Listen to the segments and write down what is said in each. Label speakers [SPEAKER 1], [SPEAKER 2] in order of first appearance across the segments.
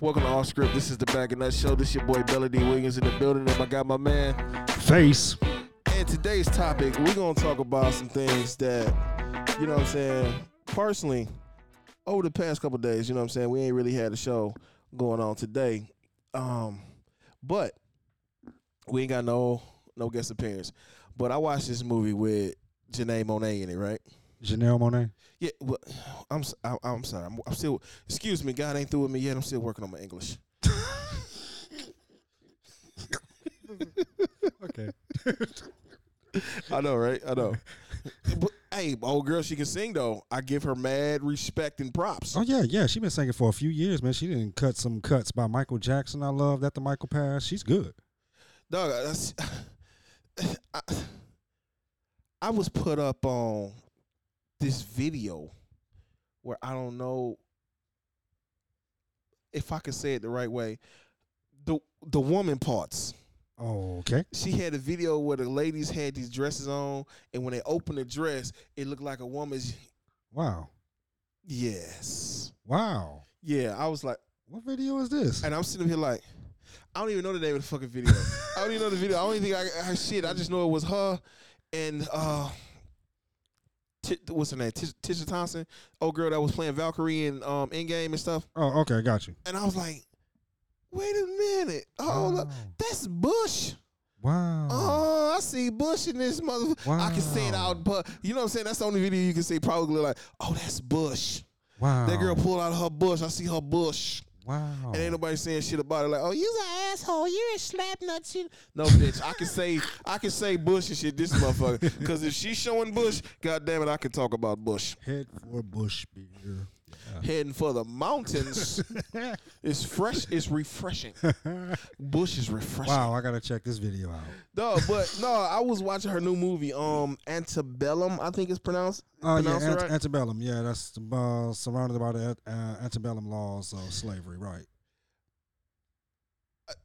[SPEAKER 1] Welcome to All Script. This is the Back of Nut Show. This your boy Bella D. Williams in the building, and I got my man.
[SPEAKER 2] Face.
[SPEAKER 1] And today's topic, we're gonna talk about some things that, you know what I'm saying, personally, over the past couple days, you know what I'm saying, we ain't really had a show going on today. Um, but we ain't got no no guest appearance. But I watched this movie with Janae Monet in it, right?
[SPEAKER 2] Janelle Monet.
[SPEAKER 1] Yeah, well, I'm s- I, am sorry. I'm, I'm still. Excuse me, God ain't through with me yet. I'm still working on my English.
[SPEAKER 2] Okay.
[SPEAKER 1] I know, right? I know. but, hey, old girl, she can sing though. I give her mad respect and props.
[SPEAKER 2] Oh yeah, yeah. She been singing for a few years, man. She didn't cut some cuts by Michael Jackson. I love that the Michael Pass. She's good.
[SPEAKER 1] Dog, that's, I, I was put up on this video where I don't know if I can say it the right way. The the woman parts.
[SPEAKER 2] Oh, okay.
[SPEAKER 1] she had a video where the ladies had these dresses on, and when they opened the dress, it looked like a woman's.
[SPEAKER 2] Wow.
[SPEAKER 1] Yes.
[SPEAKER 2] Wow.
[SPEAKER 1] Yeah, I was like,
[SPEAKER 2] What video is this?
[SPEAKER 1] and I'm sitting here like, I don't even know the name of the fucking video. I don't even know the video. I don't even think I, I shit. I just know it was her and uh, Ti- what's her name? Tish, Tisha Thompson, old girl that was playing Valkyrie and um, Endgame and stuff.
[SPEAKER 2] Oh, okay, got you.
[SPEAKER 1] And I was like, wait a minute, hold up,
[SPEAKER 2] Wow.
[SPEAKER 1] that's Bush.
[SPEAKER 2] Wow.
[SPEAKER 1] Oh, I see Bush in this mother. I can say it
[SPEAKER 2] Wow.
[SPEAKER 1] out, but you know what I'm saying? That's the only video you can say probably like, oh, that's Bush.
[SPEAKER 2] wow.
[SPEAKER 1] That girl pulled out her bush. I see her bush.
[SPEAKER 2] Wow.
[SPEAKER 1] And ain't nobody saying shit about it. Like, oh, you's an asshole. You're a slap nut. You-" No, bitch. I can say I can say Bush and shit. This motherfucker. Because if she's showing Bush, god damn it, I can talk about Bush.
[SPEAKER 2] Head for bush beer.
[SPEAKER 1] Heading for the mountains. it's fresh. It's refreshing. Bush is refreshing.
[SPEAKER 2] wow, I gotta check this video out.
[SPEAKER 1] No, but no, I was watching her new movie, um, Antebellum. I think it's pronounced.
[SPEAKER 2] Oh yeah,
[SPEAKER 1] pronounced it
[SPEAKER 2] ant-
[SPEAKER 1] right?
[SPEAKER 2] antebellum. Yeah, that's uh, surrounded by the uh, antebellum laws of slavery, right?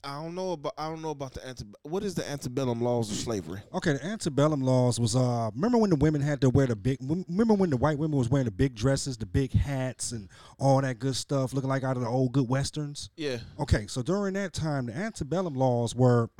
[SPEAKER 1] I don't know about I don't know about the ante. What is the antebellum laws of slavery?
[SPEAKER 2] Okay, the antebellum laws was uh remember when the women had to wear the big rem- remember when the white women was wearing the big dresses, the big hats and all that good stuff, looking like out of the old good westerns?
[SPEAKER 1] Yeah,
[SPEAKER 2] Okay, so during that time, the antebellum laws were.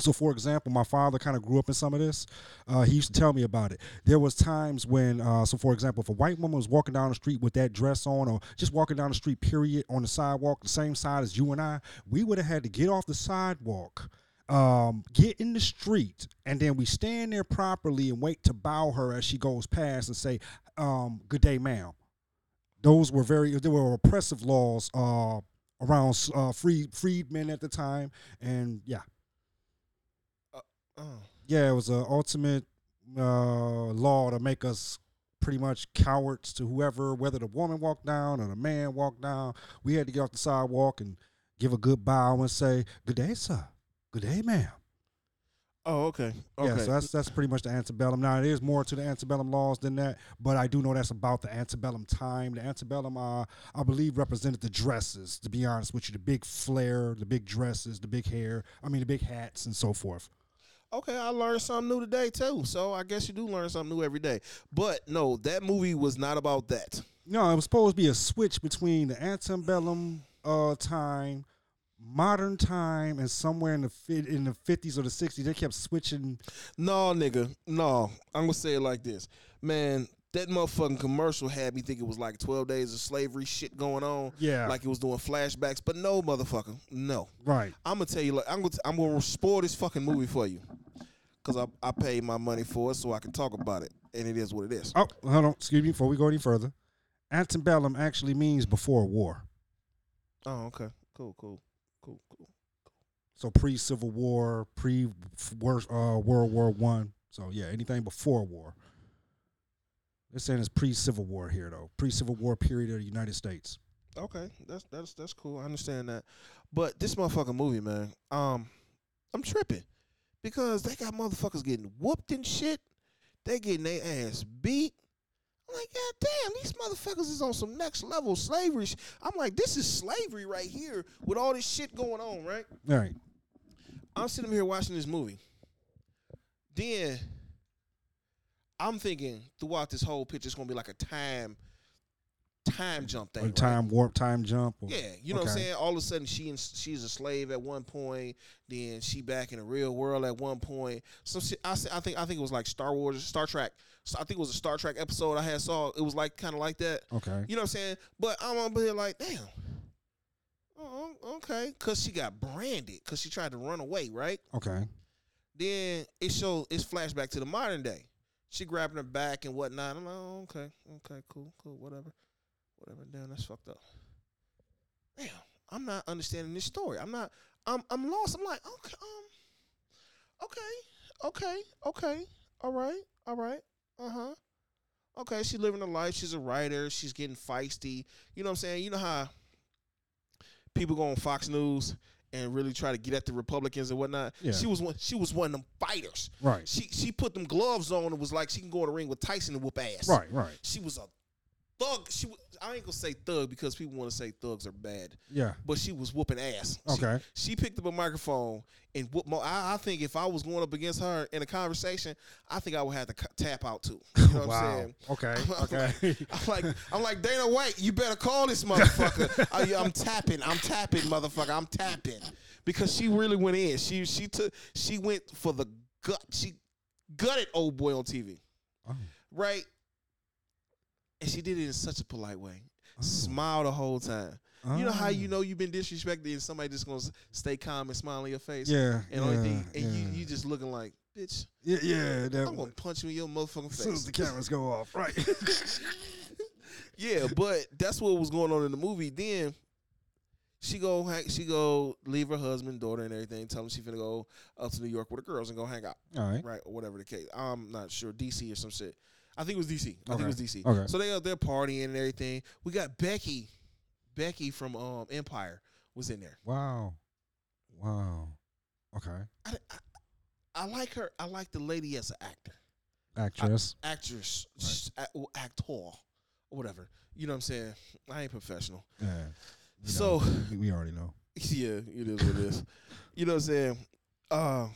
[SPEAKER 2] so, for example, my father kind of grew up in some of this. Uh, he used to tell me about it. There was times when, uh, so for example, if a white woman was walking down the street with that dress on, or just walking down the street, period, on the sidewalk, the same side as you and I, we would have had to get off the sidewalk. Um, get in the street, and then we stand there properly and wait to bow her as she goes past and say, um, "Good day, ma'am." those were very there were oppressive laws uh around uh free freedmen at the time and yeah
[SPEAKER 1] oh.
[SPEAKER 2] yeah it was a ultimate uh law to make us pretty much cowards to whoever whether the woman walked down or the man walked down we had to get off the sidewalk and give a good bow and say good day sir good day ma'am
[SPEAKER 1] Oh, okay. Okay.
[SPEAKER 2] yeah so that's that's pretty much the antebellum now there's more to the antebellum laws than that but i do know that's about the antebellum time the antebellum uh, i believe represented the dresses to be honest with you the big flare the big dresses the big hair i mean the big hats and so forth
[SPEAKER 1] okay, I learned something new today too. So I guess you do learn something new every day. But no, that movie was not about that.
[SPEAKER 2] no it was supposed to be a switch between the antebellum uh, time modern time and somewhere in the fit in the 50s or the 60s they kept switching
[SPEAKER 1] No, nigga. No, I'm gonna say it like this, man. That motherfucking commercial had me think it was like 12 days of slavery shit going on.
[SPEAKER 2] Yeah.
[SPEAKER 1] Like it was doing flashbacks, but no, motherfucker, no.
[SPEAKER 2] right
[SPEAKER 1] I'm gonna tell you, like, I'm gonna, I'm gonna spoil this fucking movie for you, cause I, I paid my money for it, so I can talk about it, and it is what it is.
[SPEAKER 2] Oh, hold on. Excuse me. Before we go any further, antebellum actually means before war.
[SPEAKER 1] Oh, okay, cool, cool, cool, cool.
[SPEAKER 2] So pre Civil War, pre f- wor- uh, World War One. So yeah, anything before war. They're saying it's pre Civil War here though. Pre Civil War period of the United States.
[SPEAKER 1] Okay, that's that's that's cool. I understand that, but this motherfucking movie, man, um, I'm tripping because they got motherfuckers getting whooped and shit. They getting their ass beat. I'm like, God damn, these motherfuckers is on some next level slavery. sh-" I'm like, this is slavery right here with all this shit going on, right?
[SPEAKER 2] All right.
[SPEAKER 1] I'm sitting here watching this movie. Then I'm thinking throughout this whole picture, it's gonna be like a time time jump thing.
[SPEAKER 2] Or
[SPEAKER 1] right?
[SPEAKER 2] time warp, time jump. Or,
[SPEAKER 1] Yeah, you know what I'm
[SPEAKER 2] Okay.
[SPEAKER 1] saying. All of a sudden, she in, she's a slave at one point. Then she back in the real world at one point. Some shit. I, se- I think I think it was like Star Wars, Star Trek. So I think it was a Star Trek episode I had saw. It was like kind of like that.
[SPEAKER 2] Okay.
[SPEAKER 1] You know what I'm saying? But I'm over here like, damn. Oh, okay, cause she got branded, cause she tried to run away, right?
[SPEAKER 2] Okay.
[SPEAKER 1] Then it shows it's flashback to the modern day. She grabbing her back and whatnot. I'm like, oh, okay, okay, cool, cool, whatever, whatever. Damn, that's fucked up. Damn, I'm not understanding this story. I'm not. I'm. I'm lost. I'm like, okay, um, okay, okay, okay. All right, all right. Uh huh. Okay, she's living her life. She's a writer. She's getting feisty. You know what I'm saying? You know how people go on Fox News and really try to get at the Republicans and whatnot.
[SPEAKER 2] Yeah.
[SPEAKER 1] She was one. She was one of them fighters.
[SPEAKER 2] Right.
[SPEAKER 1] She she put them gloves on and was like she can go in the ring with Tyson and whoop ass.
[SPEAKER 2] Right. Right.
[SPEAKER 1] She was a thug. She was, I ain't gonna say thug because people want to say thugs are bad,
[SPEAKER 2] Yeah.
[SPEAKER 1] but she was whooping ass. She-
[SPEAKER 2] Okay.
[SPEAKER 1] She, picked up a microphone and whoop. Mo- I, I think if I was going up against her in a conversation, I think I would have to c- tap out too. You know what I'm
[SPEAKER 2] wow.
[SPEAKER 1] saying?
[SPEAKER 2] Okay.
[SPEAKER 1] I'm
[SPEAKER 2] Okay.
[SPEAKER 1] like, I'm like, I'm like Dana White. You better call this motherfucker. I, am tapping. I'm tapping, motherfucker. I'm tapping because she really went in. She she took. She went for the gut. She gutted old boy on TV,
[SPEAKER 2] Oh.
[SPEAKER 1] right? And she did it in such a polite way.
[SPEAKER 2] Oh.
[SPEAKER 1] Smile the whole time. You know how
[SPEAKER 2] Oh.
[SPEAKER 1] you know you've been disrespected and somebody just gonna s- stay calm and smile in your face.
[SPEAKER 2] Yeah.
[SPEAKER 1] And
[SPEAKER 2] yeah,
[SPEAKER 1] only thing, and
[SPEAKER 2] yeah.
[SPEAKER 1] you you just looking like, bitch,
[SPEAKER 2] yeah, yeah, that
[SPEAKER 1] I'm gonna
[SPEAKER 2] one.
[SPEAKER 1] punch you in your motherfucking
[SPEAKER 2] As
[SPEAKER 1] face.
[SPEAKER 2] soon as the cameras go off, right?
[SPEAKER 1] Yeah, but that's what was going on in the movie. Then she go hang, she go leave her husband, daughter, and everything. Tell them she finna go up to New York with the girls and go hang out,
[SPEAKER 2] All right.
[SPEAKER 1] right, or whatever the case. I'm not sure DC or some shit. I think it was DC. I think
[SPEAKER 2] Okay.
[SPEAKER 1] it was DC.
[SPEAKER 2] Okay.
[SPEAKER 1] So they out there partying and everything. We got Becky, Becky from um, Empire was in there.
[SPEAKER 2] Wow. Wow. Okay.
[SPEAKER 1] I, I, I like her. I like the lady as an actor.
[SPEAKER 2] Actress.
[SPEAKER 1] actress, s- a- or actor, or whatever. You know what I'm saying? I ain't professional.
[SPEAKER 2] yeah. You know,
[SPEAKER 1] So
[SPEAKER 2] we- we already know.
[SPEAKER 1] yeah, it is what it is. You know what I'm saying? Uh,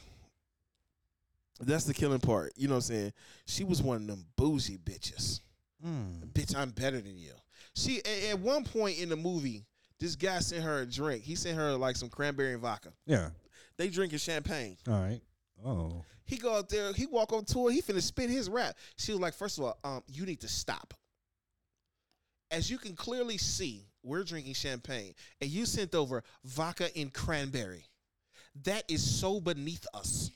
[SPEAKER 1] that's the killing part. You know what I'm saying? She was one of them bougie bitches.
[SPEAKER 2] Mm.
[SPEAKER 1] Bitch, I'm better than you. She a- at one point in the movie, this guy sent her a drink. He sent her like some cranberry and vodka.
[SPEAKER 2] Yeah.
[SPEAKER 1] They drinking champagne.
[SPEAKER 2] All right. Oh.
[SPEAKER 1] He go out there, he walk over to her, he finna spit his rap. She was like, first of all, um, you need to stop. As you can clearly see, we're drinking champagne, and you sent over vodka and cranberry. That is so beneath us.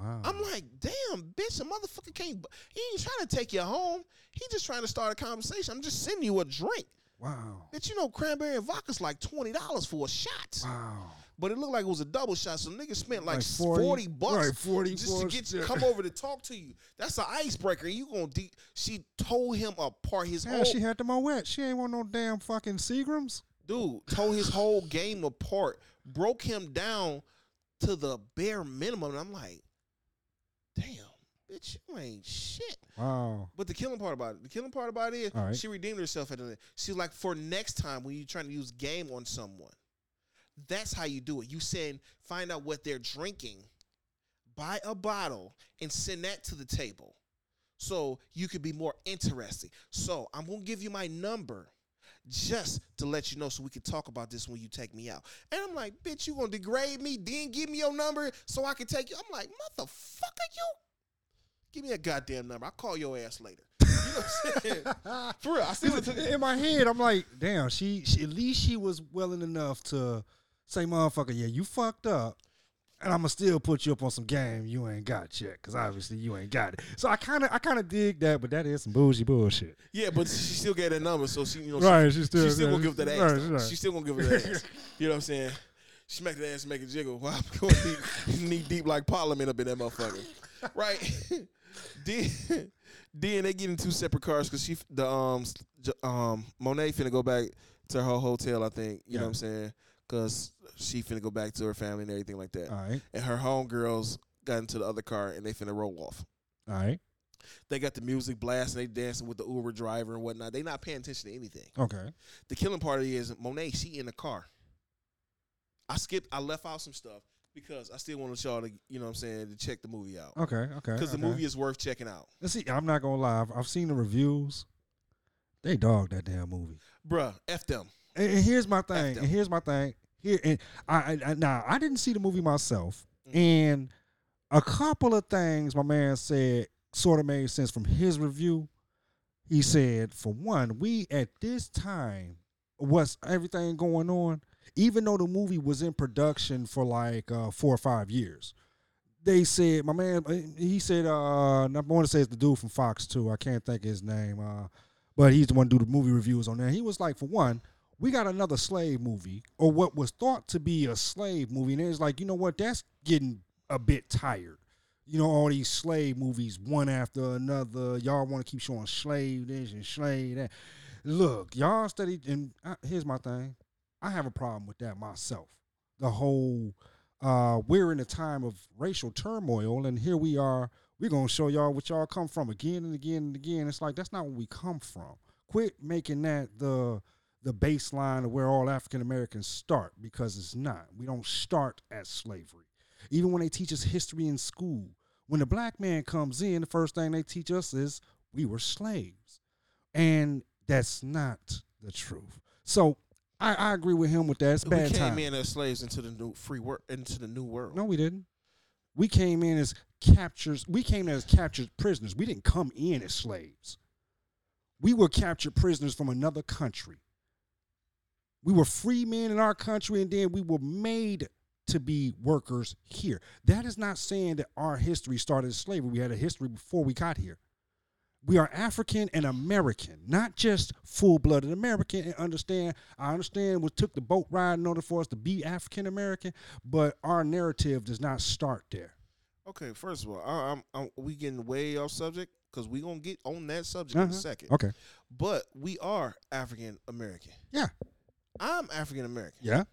[SPEAKER 2] Wow.
[SPEAKER 1] I'm like, damn, bitch, a motherfucker can't. He ain't trying to take you home. He just trying to start a conversation. I'm just sending you a drink.
[SPEAKER 2] wow.
[SPEAKER 1] Bitch, you know, cranberry and vodka's like twenty dollars for a shot,
[SPEAKER 2] Wow.
[SPEAKER 1] but it looked like it was a double shot. So niggas spent like,
[SPEAKER 2] Like
[SPEAKER 1] 40,
[SPEAKER 2] 40
[SPEAKER 1] bucks
[SPEAKER 2] right, 40
[SPEAKER 1] just to
[SPEAKER 2] bucks,
[SPEAKER 1] get you
[SPEAKER 2] yeah.
[SPEAKER 1] come over to talk to you. That's an icebreaker. You gonna de- she tore him apart. His
[SPEAKER 2] Yeah,
[SPEAKER 1] whole
[SPEAKER 2] she had them all wet. She ain't want no damn fucking Seagrams.
[SPEAKER 1] dude tore his whole game apart. Broke him down to the bare minimum. And I'm like, damn, bitch, you ain't shit.
[SPEAKER 2] Wow.
[SPEAKER 1] But the killing part about it, the killing part about it is
[SPEAKER 2] All right.
[SPEAKER 1] she redeemed herself at the end. She's like, for next time when you're trying to use game on someone, that's how you do it. You send, find out what they're drinking, buy a bottle, and send that to the table. So you could be more interesting. So I'm gonna give you my number just to let you know so we can talk about this when you take me out. And I'm like, bitch, you gonna degrade me, then give me your number so I can take you. I'm like, motherfucker, you give me a goddamn number. I'll call your ass later. You know what I'm saying? For real. I still took it.
[SPEAKER 2] in my head, I'm like, damn, she, she at least she was willing enough to say, motherfucker, yeah, you fucked up. And I'ma still put you up on some game you ain't got yet, because obviously you ain't got it. So I kinda I kinda dig that, but that is some bougie bullshit.
[SPEAKER 1] Yeah, but she still gave that number, so she you know she-
[SPEAKER 2] Right, she
[SPEAKER 1] she,
[SPEAKER 2] still-
[SPEAKER 1] still
[SPEAKER 2] yeah,
[SPEAKER 1] gonna give that ass.
[SPEAKER 2] right,
[SPEAKER 1] though.
[SPEAKER 2] right.
[SPEAKER 1] She still gonna give her that ass. You know what I'm saying? Smack that ass, make it jiggle. Wow, I'm going knee, knee deep like Parliament up in that motherfucker, right? then, then they get in two separate cars because she f- the um s- j- um Monet finna go back to her hotel. I think you know
[SPEAKER 2] Yeah.
[SPEAKER 1] what I'm saying because she finna go back to her family and everything like that.
[SPEAKER 2] All right.
[SPEAKER 1] And her homegirls got into the other car and they finna roll off
[SPEAKER 2] All right.
[SPEAKER 1] they got the music blast and they dancing with the Uber driver and whatnot. They not paying attention to anything.
[SPEAKER 2] Okay.
[SPEAKER 1] The killing part is Monet, she in the car. I skipped, I left out some stuff because I still wanted y'all to, you know what I'm saying, to check the movie out.
[SPEAKER 2] Okay. Okay.
[SPEAKER 1] Because
[SPEAKER 2] okay.
[SPEAKER 1] the movie is worth checking out.
[SPEAKER 2] Let's see, I'm not gonna lie. I've- I've seen the reviews. They dogged that damn movie.
[SPEAKER 1] Bruh, F them.
[SPEAKER 2] And, and here's my thing.
[SPEAKER 1] them.
[SPEAKER 2] And here's my thing. Here and I, I, I now I didn't see the movie myself,
[SPEAKER 1] Mhm.
[SPEAKER 2] and a couple of things my man said sort of made sense from his review. He said, for one, we at this time, what's everything going on? Even though the movie was in production for like uh, four or five years, they said my man. He said, uh, I want to say it's the dude from Fox too. I can't think of his name, uh, but he's the one who do the movie reviews on there. He was like, for one, we got another slave movie, or what was thought to be a slave movie, and it's like, you know what? That's getting a bit tired. You know, all these slave movies, one after another. Y'all want to keep showing slave this and slave that. Look, y'all study, and I, here's my thing. I have a problem with that myself. The whole uh, we're in a time of racial turmoil, and here we are. We're gonna show y'all what y'all come from again and again and again. It's like that's not where we come from. Quit making that the the baseline of where all African Americans start because it's not. We don't start at slavery. Even when they teach us history in school, when the black man comes in, the first thing they teach us is we were slaves. And that's not the truth. So I, I agree with him with that. It's
[SPEAKER 1] We
[SPEAKER 2] bad
[SPEAKER 1] came
[SPEAKER 2] time.
[SPEAKER 1] in as slaves into the new free world, into the new world.
[SPEAKER 2] No, we didn't. We came in as captures. We came in as captured prisoners. We didn't come in as slaves. We were captured prisoners from another country. We were free men in our country, and then we were made to be workers here. That is not saying that our history started as slavery. We had a history before we got here. We are African and American, not just full blooded American. And understand, I understand what took the boat ride in order for us to be African American, but our narrative does not start there.
[SPEAKER 1] Okay, first of all, I, I'm, I'm, we getting way off subject because we gonna get on that subject in a
[SPEAKER 2] Uh-huh.
[SPEAKER 1] second.
[SPEAKER 2] Okay.
[SPEAKER 1] But we are African American.
[SPEAKER 2] Yeah.
[SPEAKER 1] I'm African American.
[SPEAKER 2] Yeah.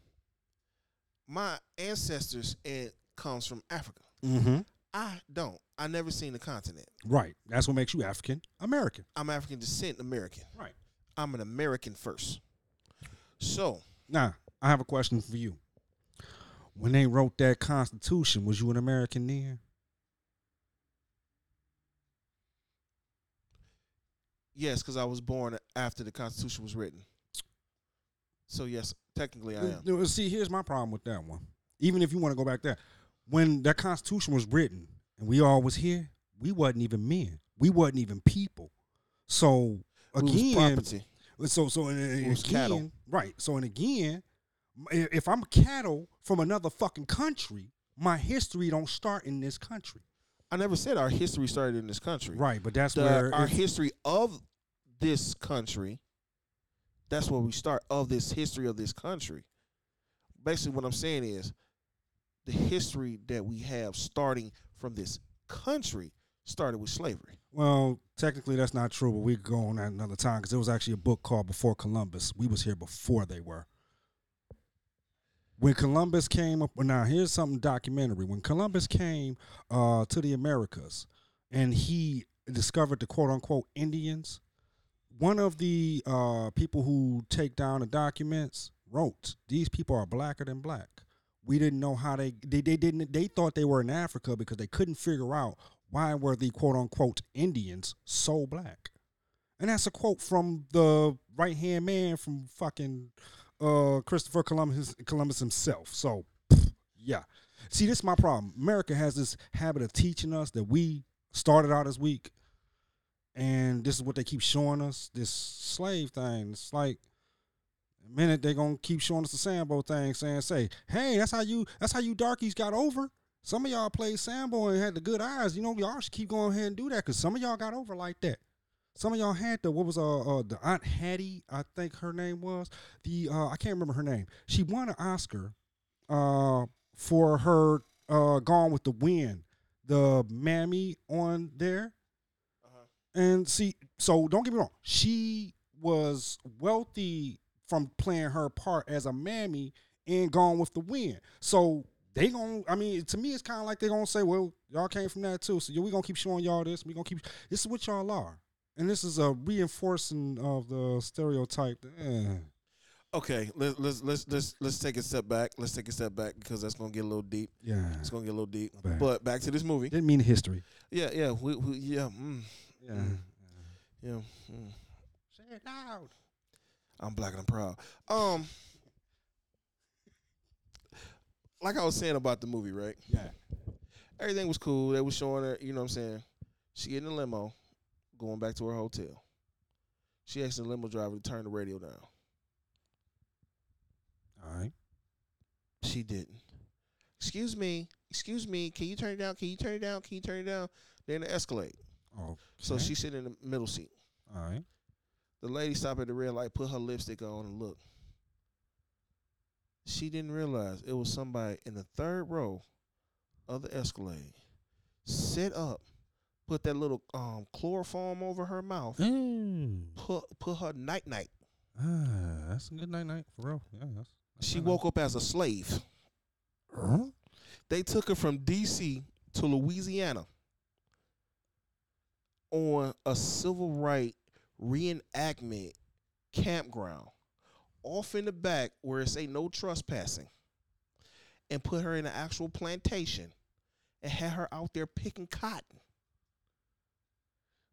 [SPEAKER 1] My ancestors and comes from Africa.
[SPEAKER 2] Mm-hmm.
[SPEAKER 1] I don't. I never seen the continent.
[SPEAKER 2] Right. That's what makes you African American.
[SPEAKER 1] I'm African descent American.
[SPEAKER 2] Right.
[SPEAKER 1] I'm an American first. So
[SPEAKER 2] Now, I have a question for you. When they wrote that Constitution, was you an American then?
[SPEAKER 1] yes, because I was born after the Constitution was written. So yes, technically I am.
[SPEAKER 2] No, See, here's my problem with that one. Even if you want to go back there, when that Constitution was written and we all was here, we wasn't even men. We wasn't even people. So
[SPEAKER 1] We was
[SPEAKER 2] again,
[SPEAKER 1] property.
[SPEAKER 2] so so and, and
[SPEAKER 1] We was
[SPEAKER 2] again,
[SPEAKER 1] cattle.
[SPEAKER 2] right? So and again, i- if I'm cattle from another fucking country, my history don't start in this country.
[SPEAKER 1] I never said our history started in this country.
[SPEAKER 2] Right, but that's
[SPEAKER 1] the-
[SPEAKER 2] where
[SPEAKER 1] our
[SPEAKER 2] it's-
[SPEAKER 1] history of this country. That's where we start of this history of this country. Basically, what I'm saying is the history that we have starting from this country started with slavery.
[SPEAKER 2] Well, technically that's not true, but we could go on that another time because there was actually a book called Before Columbus. We was here before they were. When Columbus came up, now here's something documentary. When Columbus came uh, to the Americas, and he discovered the quote unquote Indians, one of the uh, people who take down the documents wrote, "These people are blacker than black." We didn't know how they they, they didn't they thought they were in Africa because they couldn't figure out why were the quote unquote Indians so black, and that's a quote from the right hand man from fucking uh, Christopher Columbus Columbus himself. So yeah. See, this is my problem. America has this habit of teaching us that we started out as weak, and this is what they keep showing us this slave thing. It's like a minute they're gonna keep showing us the Sambo thing, saying, "Say, hey, that's how you that's how you darkies got over." Some of y'all played Sambo and had the good eyes. You know, y'all should keep going ahead and do that because some of y'all got over like that. Some of y'all had the what was uh, uh the Aunt Hattie, I think her name was the uh I can't remember her name. She won an Oscar uh, for her uh, Gone with the Wind, the mammy on there. And see, so don't get me wrong, she was wealthy from playing her part as a mammy in Gone with the Wind. So they gon' I mean, to me, it's kind of like they're gonna say, well, y'all came from that too, so yeah, we gonna keep showing y'all this. We gonna keep this is what y'all are, and this is a reinforcing of the stereotype. Eh.
[SPEAKER 1] Okay, let, let's let's let's let's take a step back. Let's take a step back because that's gonna get a little deep.
[SPEAKER 2] Yeah,
[SPEAKER 1] It's gonna get a little deep.
[SPEAKER 2] bad.
[SPEAKER 1] But back to this movie.
[SPEAKER 2] didn't mean history.
[SPEAKER 1] Yeah, yeah, we, we yeah, mm,
[SPEAKER 2] Yeah.
[SPEAKER 1] Mm. yeah. Mm.
[SPEAKER 2] Say it loud.
[SPEAKER 1] I'm black and I'm proud. Um, like I was saying about the movie, right?
[SPEAKER 2] Yeah.
[SPEAKER 1] Everything was cool. They was showing her, you know what I'm saying? She in the limo, going back to her hotel. She asked the limo driver to turn the radio down.
[SPEAKER 2] All right.
[SPEAKER 1] She didn't. Excuse me, excuse me. Can you turn it down? Can you turn it down? Can you turn it down? Then the Escalade.
[SPEAKER 2] Oh.
[SPEAKER 1] So she sit in the middle seat.
[SPEAKER 2] All right.
[SPEAKER 1] The lady stopped at the red light, put her lipstick on, and look. She didn't realize it was somebody in the third row of the Escalade. Sit up, put that little um, chloroform over her mouth,
[SPEAKER 2] Ooh.
[SPEAKER 1] put put her night night.
[SPEAKER 2] Mm. Ah, that's a good night night for real. Yeah. That's, that's
[SPEAKER 1] She
[SPEAKER 2] night-night.
[SPEAKER 1] woke up as a slave.
[SPEAKER 2] Huh?
[SPEAKER 1] They took her from D.C. to Louisiana on a civil right reenactment campground off in the back where it say no trespassing and put her in an actual plantation and had her out there picking cotton.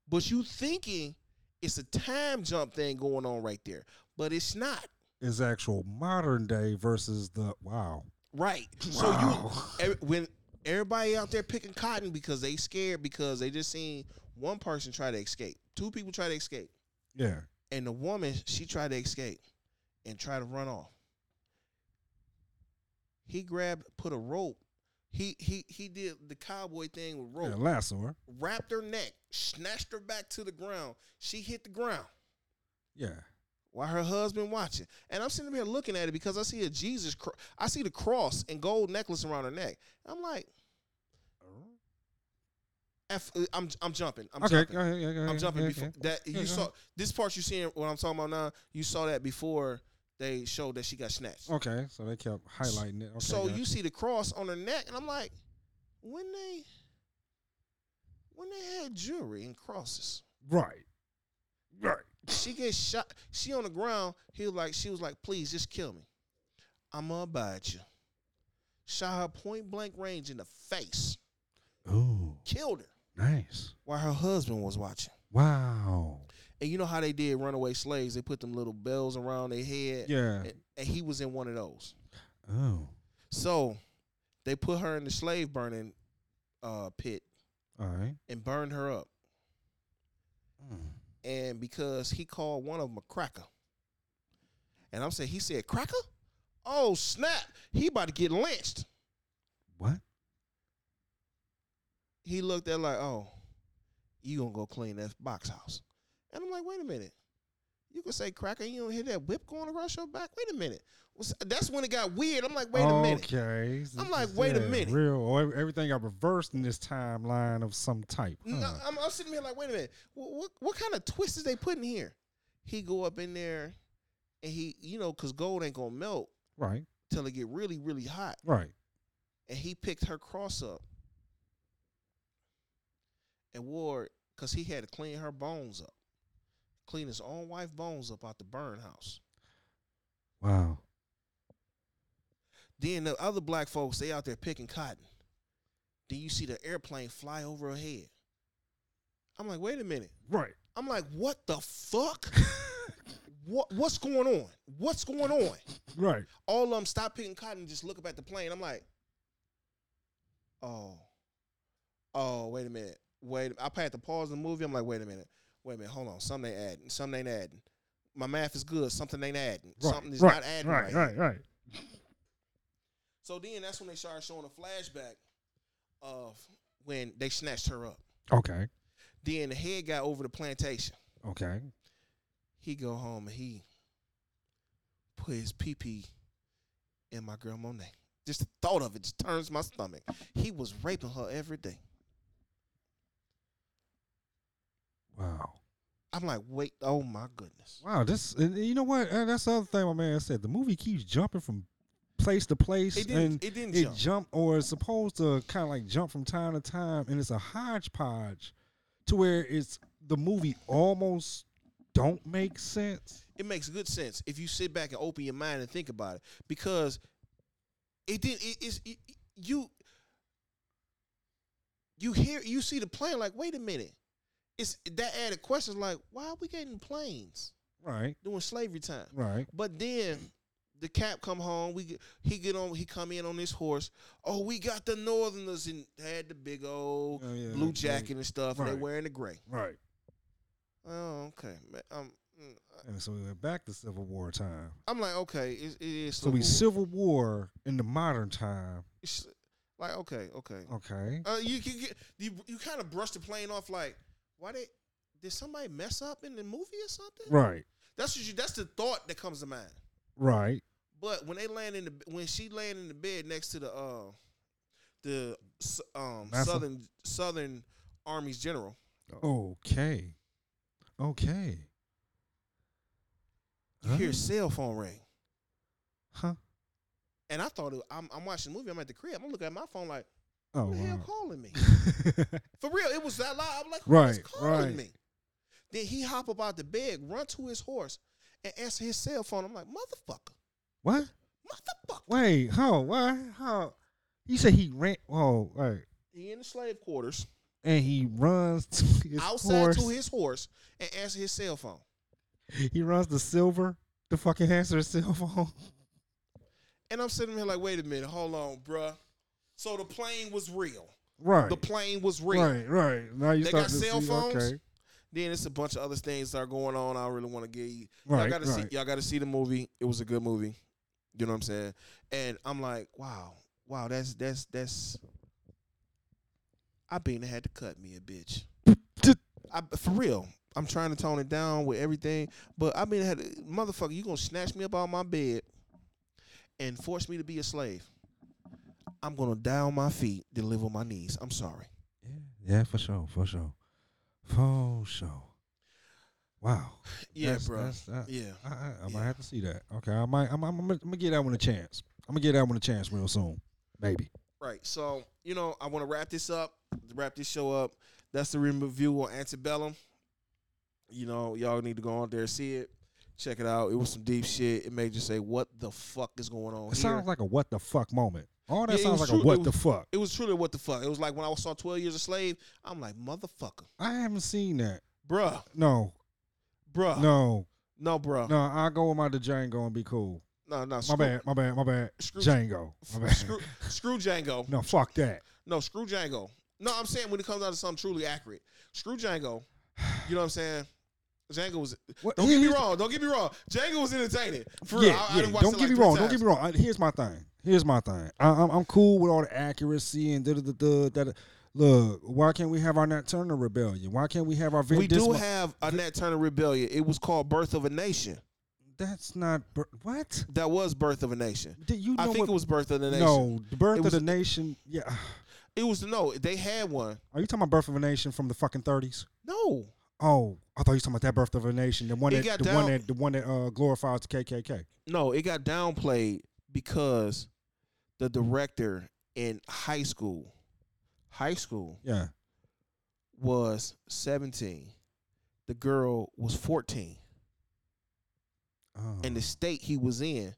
[SPEAKER 1] But you thinking it's a time jump thing going on right there, but it's not.
[SPEAKER 2] Is actual modern day versus the wow.
[SPEAKER 1] Right. So you
[SPEAKER 2] Wow.
[SPEAKER 1] every, when everybody out there picking cotton because they scared because they just seen one person try to escape, two people try to escape,
[SPEAKER 2] Yeah.
[SPEAKER 1] and the woman she tried to escape and try to run off. He grabbed, put a rope. He he he did the cowboy thing with rope,
[SPEAKER 2] Yeah. Lasso. her.
[SPEAKER 1] wrapped her neck, snatched her back to the ground. She hit the ground
[SPEAKER 2] Yeah.
[SPEAKER 1] while her husband watching. And I'm sitting here looking at it because I see a Jesus, cro- I see the cross and gold necklace around her neck. I'm like, F, I'm I'm jumping. I'm
[SPEAKER 2] okay.
[SPEAKER 1] jumping.
[SPEAKER 2] Go ahead, yeah, go ahead,
[SPEAKER 1] I'm jumping
[SPEAKER 2] yeah,
[SPEAKER 1] before that.
[SPEAKER 2] Yeah,
[SPEAKER 1] You
[SPEAKER 2] go
[SPEAKER 1] saw this part. You seeing what I'm talking about now? You saw that before they showed that she got snatched.
[SPEAKER 2] yeah. Okay. So they kept highlighting it. Oh, Okay,
[SPEAKER 1] so
[SPEAKER 2] got
[SPEAKER 1] you
[SPEAKER 2] it.
[SPEAKER 1] see the cross on her neck, and I'm like, when they when they had jewelry and crosses,
[SPEAKER 2] right. Right.
[SPEAKER 1] she gets shot. She on the ground. He was like, she was like, please just kill me. I'ma abide you. Shot her point blank range in the face.
[SPEAKER 2] Ooh.
[SPEAKER 1] Killed her
[SPEAKER 2] Nice.
[SPEAKER 1] while her husband was watching.
[SPEAKER 2] Wow.
[SPEAKER 1] And you know how they did runaway slaves? They put them little bells around their head.
[SPEAKER 2] Yeah.
[SPEAKER 1] And, and he was in one of those.
[SPEAKER 2] Oh.
[SPEAKER 1] So they put her in the slave burning uh, pit
[SPEAKER 2] All right.
[SPEAKER 1] and burned her up.
[SPEAKER 2] Mm.
[SPEAKER 1] And because he called one of them a cracker. And I'm saying, he said, cracker? Oh, snap. He about to get lynched.
[SPEAKER 2] What?
[SPEAKER 1] He looked at like, oh, you going to go clean that box house. And I'm like, wait a minute. You can say cracker, you don't hear that whip going across your back? Wait a minute. Was- That's when it got weird. I'm like, wait
[SPEAKER 2] Oh,
[SPEAKER 1] a minute.
[SPEAKER 2] Okay. This
[SPEAKER 1] I'm like,
[SPEAKER 2] is-
[SPEAKER 1] wait a
[SPEAKER 2] yeah,
[SPEAKER 1] minute.
[SPEAKER 2] Real. Oh, ev- everything got reversed in this timeline of some type.
[SPEAKER 1] No,
[SPEAKER 2] huh?
[SPEAKER 1] I'm, I'm sitting here like, wait a minute. What, what what kind of twist is they putting here? He go up in there, and he, you know, cause gold ain't gonna melt
[SPEAKER 2] Right.
[SPEAKER 1] till it get really, really hot.
[SPEAKER 2] Right.
[SPEAKER 1] And he picked her cross up and wore it, cause he had to clean her bones up, clean his own wife bones up out the burn house.
[SPEAKER 2] Wow.
[SPEAKER 1] Then the other black folks they out there picking cotton. Then you see the airplane fly over her head. I'm like, wait a minute.
[SPEAKER 2] Right.
[SPEAKER 1] I'm like, what the fuck? what what's going on? What's going on?
[SPEAKER 2] Right.
[SPEAKER 1] All of them stop picking cotton and just look up at the plane. I'm like, oh, oh, wait a minute, wait. I had to pause the movie. I'm like, wait a minute, wait a minute, hold on. Something ain't adding. Something ain't adding. My math is good. Something ain't adding.
[SPEAKER 2] Right.
[SPEAKER 1] Something is
[SPEAKER 2] right.
[SPEAKER 1] not adding
[SPEAKER 2] Right.
[SPEAKER 1] right.
[SPEAKER 2] Right. Right.
[SPEAKER 1] So then that's when they started showing a flashback of when they snatched her up.
[SPEAKER 2] Okay.
[SPEAKER 1] Then the head got over the plantation.
[SPEAKER 2] Okay.
[SPEAKER 1] he go home and he put his pee pee in my girl Monet. Just the thought of it just turns my stomach. He was raping her every day.
[SPEAKER 2] Wow.
[SPEAKER 1] I'm like, wait, oh my goodness.
[SPEAKER 2] Wow. This. And and you know what? And that's the other thing my man said. The movie keeps jumping from place to place.
[SPEAKER 1] It
[SPEAKER 2] and
[SPEAKER 1] didn't. It didn't
[SPEAKER 2] it
[SPEAKER 1] jump.
[SPEAKER 2] jumped or it's supposed to kind of like jump from time to time and it's a hodgepodge to where it's the movie almost don't make sense
[SPEAKER 1] It makes good sense if you sit back and open your mind and think about it because it didn't. It is it, you. You hear you see the plane like, wait a minute, it's that added questions like why are we getting planes
[SPEAKER 2] Right.
[SPEAKER 1] during slavery time?
[SPEAKER 2] Right.
[SPEAKER 1] But then the cap come home. We get- he get on. He come in on his horse. Oh, we got the Northerners and had the big old
[SPEAKER 2] Oh, yeah,
[SPEAKER 1] blue
[SPEAKER 2] that's great.
[SPEAKER 1] jacket and stuff. And
[SPEAKER 2] Right.
[SPEAKER 1] they wearing the gray.
[SPEAKER 2] Right.
[SPEAKER 1] Oh, okay. Ma- Um, mm, I-
[SPEAKER 2] And so we went back to Civil War time.
[SPEAKER 1] I'm like, okay, it, it is.
[SPEAKER 2] So we
[SPEAKER 1] Civil
[SPEAKER 2] Civil War in the modern time.
[SPEAKER 1] War. It's like, okay, okay.
[SPEAKER 2] Okay.
[SPEAKER 1] Uh, you can get you, you kind of brush the plane off. Like, why they did somebody mess up in the movie or something?
[SPEAKER 2] Right.
[SPEAKER 1] That's what you. That's the thought that comes to mind.
[SPEAKER 2] Right.
[SPEAKER 1] But when they land in the when she land in the bed next to the uh the s- um
[SPEAKER 2] Massa?
[SPEAKER 1] southern southern army's general, Oh.
[SPEAKER 2] Okay. Okay.
[SPEAKER 1] you hear a cell phone ring.
[SPEAKER 2] Huh?
[SPEAKER 1] And I thought it, I'm, I'm watching the movie. I'm at the crib. I'm looking at my phone like,
[SPEAKER 2] Oh.
[SPEAKER 1] who the hell
[SPEAKER 2] Wow.
[SPEAKER 1] calling me? For real, it was that loud. I'm like, who's
[SPEAKER 2] Right,
[SPEAKER 1] calling
[SPEAKER 2] right.
[SPEAKER 1] me? Then he hop up out the bed, run to his horse, and answer his cell phone. I'm like, motherfucker,
[SPEAKER 2] what?
[SPEAKER 1] motherfucker.
[SPEAKER 2] Wait. How? What? How? You said he ran. Oh, right.
[SPEAKER 1] He in the slave quarters,
[SPEAKER 2] And he runs to his
[SPEAKER 1] outside
[SPEAKER 2] horse.
[SPEAKER 1] to his horse, and answer his cell phone.
[SPEAKER 2] He runs the silver. The fucking answer his cell phone.
[SPEAKER 1] And I'm sitting here like, wait a minute, hold on, bruh. So the plane was real.
[SPEAKER 2] Right.
[SPEAKER 1] The plane was real.
[SPEAKER 2] Right. Right. Now you
[SPEAKER 1] They
[SPEAKER 2] start
[SPEAKER 1] got
[SPEAKER 2] to
[SPEAKER 1] cell
[SPEAKER 2] see,
[SPEAKER 1] phones.
[SPEAKER 2] Okay.
[SPEAKER 1] Then it's a bunch of other things that are going on. I don't really want to get e you.
[SPEAKER 2] Right.
[SPEAKER 1] all gotta
[SPEAKER 2] right.
[SPEAKER 1] see. Y'all gotta see the movie. It was a good movie. You know what I'm saying? And I'm like, wow, wow, that's that's that's. I been had to cut me a bitch. I, for real, I'm trying to tone it down with everything, but I been had to, motherfucker. You gonna snatch me up out of my bed and force me to be a slave? I'm gonna die on my feet, to live on my knees. I'm sorry.
[SPEAKER 2] Yeah, yeah, for sure, for sure, for sure. Wow.
[SPEAKER 1] Yeah,
[SPEAKER 2] That's-
[SPEAKER 1] bro.
[SPEAKER 2] that's- that-
[SPEAKER 1] yeah.
[SPEAKER 2] I, I, I
[SPEAKER 1] Yeah.
[SPEAKER 2] might have to see that. Okay, I might. I'm, I'm, I'm, gonna- I'm gonna get that one a chance. I'm gonna get that one a chance real soon, maybe.
[SPEAKER 1] Right. So, you know, I want to wrap this up, wrap this show up. That's the review on Antebellum. You know, y'all need to go out there and see it. Check it out. It was some deep shit. It made you say, what the fuck is going on
[SPEAKER 2] It
[SPEAKER 1] here?
[SPEAKER 2] sounds like a what the fuck moment. All that
[SPEAKER 1] Yeah, it
[SPEAKER 2] sounds
[SPEAKER 1] was
[SPEAKER 2] like a
[SPEAKER 1] true.
[SPEAKER 2] what
[SPEAKER 1] It
[SPEAKER 2] the fuck.
[SPEAKER 1] it was truly what the fuck. It was like when I saw 12 Years a Slave, I'm like, motherfucker.
[SPEAKER 2] I haven't seen that.
[SPEAKER 1] Bruh.
[SPEAKER 2] No,
[SPEAKER 1] Bruh. No,
[SPEAKER 2] no,
[SPEAKER 1] no bruh. No,
[SPEAKER 2] no. I go with my Django and be cool.
[SPEAKER 1] no.
[SPEAKER 2] My
[SPEAKER 1] uh. screw,
[SPEAKER 2] bad, my bad, my bad.
[SPEAKER 1] Screw,
[SPEAKER 2] Django. My bad.
[SPEAKER 1] screw, screw Django.
[SPEAKER 2] No, fuck that.
[SPEAKER 1] No, screw Django. No, I'm saying when it comes out to something truly accurate, screw Django. You know what I'm saying? Django was
[SPEAKER 2] What-
[SPEAKER 1] Don't get me
[SPEAKER 2] here's-
[SPEAKER 1] wrong. Don't get me wrong. Django was entertaining. For real.
[SPEAKER 2] yeah,
[SPEAKER 1] I, I
[SPEAKER 2] yeah.
[SPEAKER 1] done watched
[SPEAKER 2] don't
[SPEAKER 1] it
[SPEAKER 2] get
[SPEAKER 1] like
[SPEAKER 2] me
[SPEAKER 1] three
[SPEAKER 2] wrong. Don't get
[SPEAKER 1] times.
[SPEAKER 2] me wrong. I- Here's my thing. Here's my thing. I, I'm I'm cool with all the accuracy and da da da da. da, da. Look, why can't we have our Nat Turner rebellion? Why can't we have our Vin
[SPEAKER 1] We do
[SPEAKER 2] Diesel-
[SPEAKER 1] have a Nat Turner rebellion. It was called Birth of a Nation.
[SPEAKER 2] That's not bir- what.
[SPEAKER 1] That was Birth of a Nation.
[SPEAKER 2] Did you know
[SPEAKER 1] I think
[SPEAKER 2] what?
[SPEAKER 1] it was Birth of the Nation.
[SPEAKER 2] no, the birth
[SPEAKER 1] It
[SPEAKER 2] of
[SPEAKER 1] was-
[SPEAKER 2] the nation. Yeah,
[SPEAKER 1] It was no. They had one.
[SPEAKER 2] are you talking about birth of a nation from the fucking thirties?
[SPEAKER 1] No.
[SPEAKER 2] Oh, I thought you were talking about that birth of a nation, the one
[SPEAKER 1] It got
[SPEAKER 2] that, the one
[SPEAKER 1] down-
[SPEAKER 2] that, the one that uh, glorifies the KKK.
[SPEAKER 1] No, it got downplayed because the director in high school, high school
[SPEAKER 2] Yeah,
[SPEAKER 1] was 17. The girl was 14.
[SPEAKER 2] oh.
[SPEAKER 1] And the state he was in,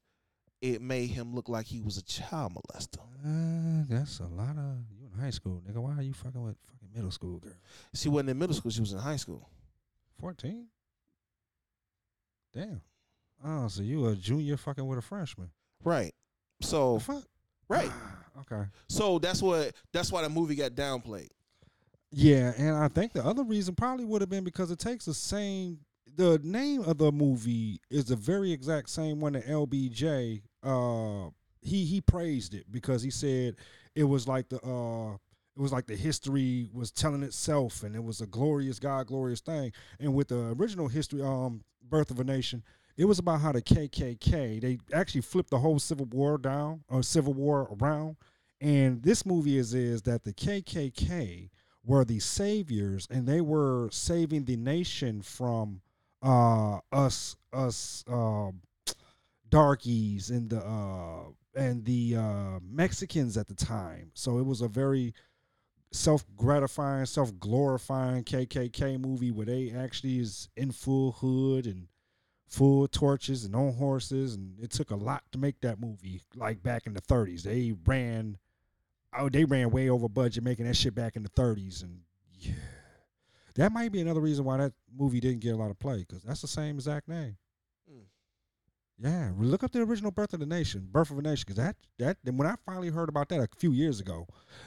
[SPEAKER 1] it made him look like he was a child molester.
[SPEAKER 2] Uh, that's a lot of you in high school, nigga. Why are you fucking with fucking middle school girl?
[SPEAKER 1] She wasn't in middle school. She was in high school.
[SPEAKER 2] 14? Damn. Oh, so you a junior fucking with a freshman.
[SPEAKER 1] Right.
[SPEAKER 2] The
[SPEAKER 1] So
[SPEAKER 2] fuck?
[SPEAKER 1] Oh,
[SPEAKER 2] Ah,
[SPEAKER 1] right.
[SPEAKER 2] okay.
[SPEAKER 1] So that's what that's why the movie got downplayed.
[SPEAKER 2] Yeah, and I think the other reason probably would have been because it takes the same the name of the movie is the very exact same one that LBJ uh he he praised it because he said it was like the uh it was like the history was telling itself and it was a glorious God glorious thing. And with the original history um Birth of a Nation, it was about how the KKK they actually flipped the whole Civil War down or Civil War around. And this movie is is that the KKK were the saviors and they were saving the nation from uh us us um darkies and the uh and the uh Mexicans at the time. So it was a very self gratifying, self glorifying KKK movie where they actually is in full hood and full torches and on horses and it took a lot to make that movie like back in the 30s. They ran oh they ran way over budget making that shit back in the 30s and yeah. That might be another reason why that movie didn't get a lot of play because that's the same exact name.
[SPEAKER 1] Mm.
[SPEAKER 2] Yeah, re- look up the original Birth of the Nation, Birth of a Nation, because that that and when I finally heard about that a few years ago,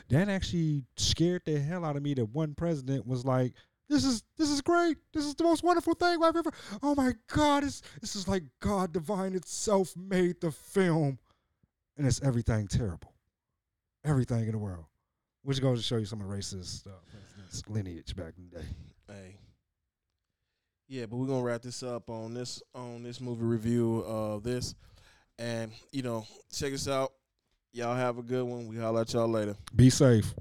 [SPEAKER 2] that actually scared the hell out of me. That one president was like, "This is this is great. This is the most wonderful thing I've ever. Oh my God, it's, this is like God divine itself made the film, and it's everything terrible, everything in the world." Which goes to show you some of the racist uh, president's lineage back in the day.
[SPEAKER 1] Hey. Yeah, but we're gonna wrap this up on this on this movie review of this. And, you know, check us out. Y'all have a good one. We holler at y'all later.
[SPEAKER 2] Be safe.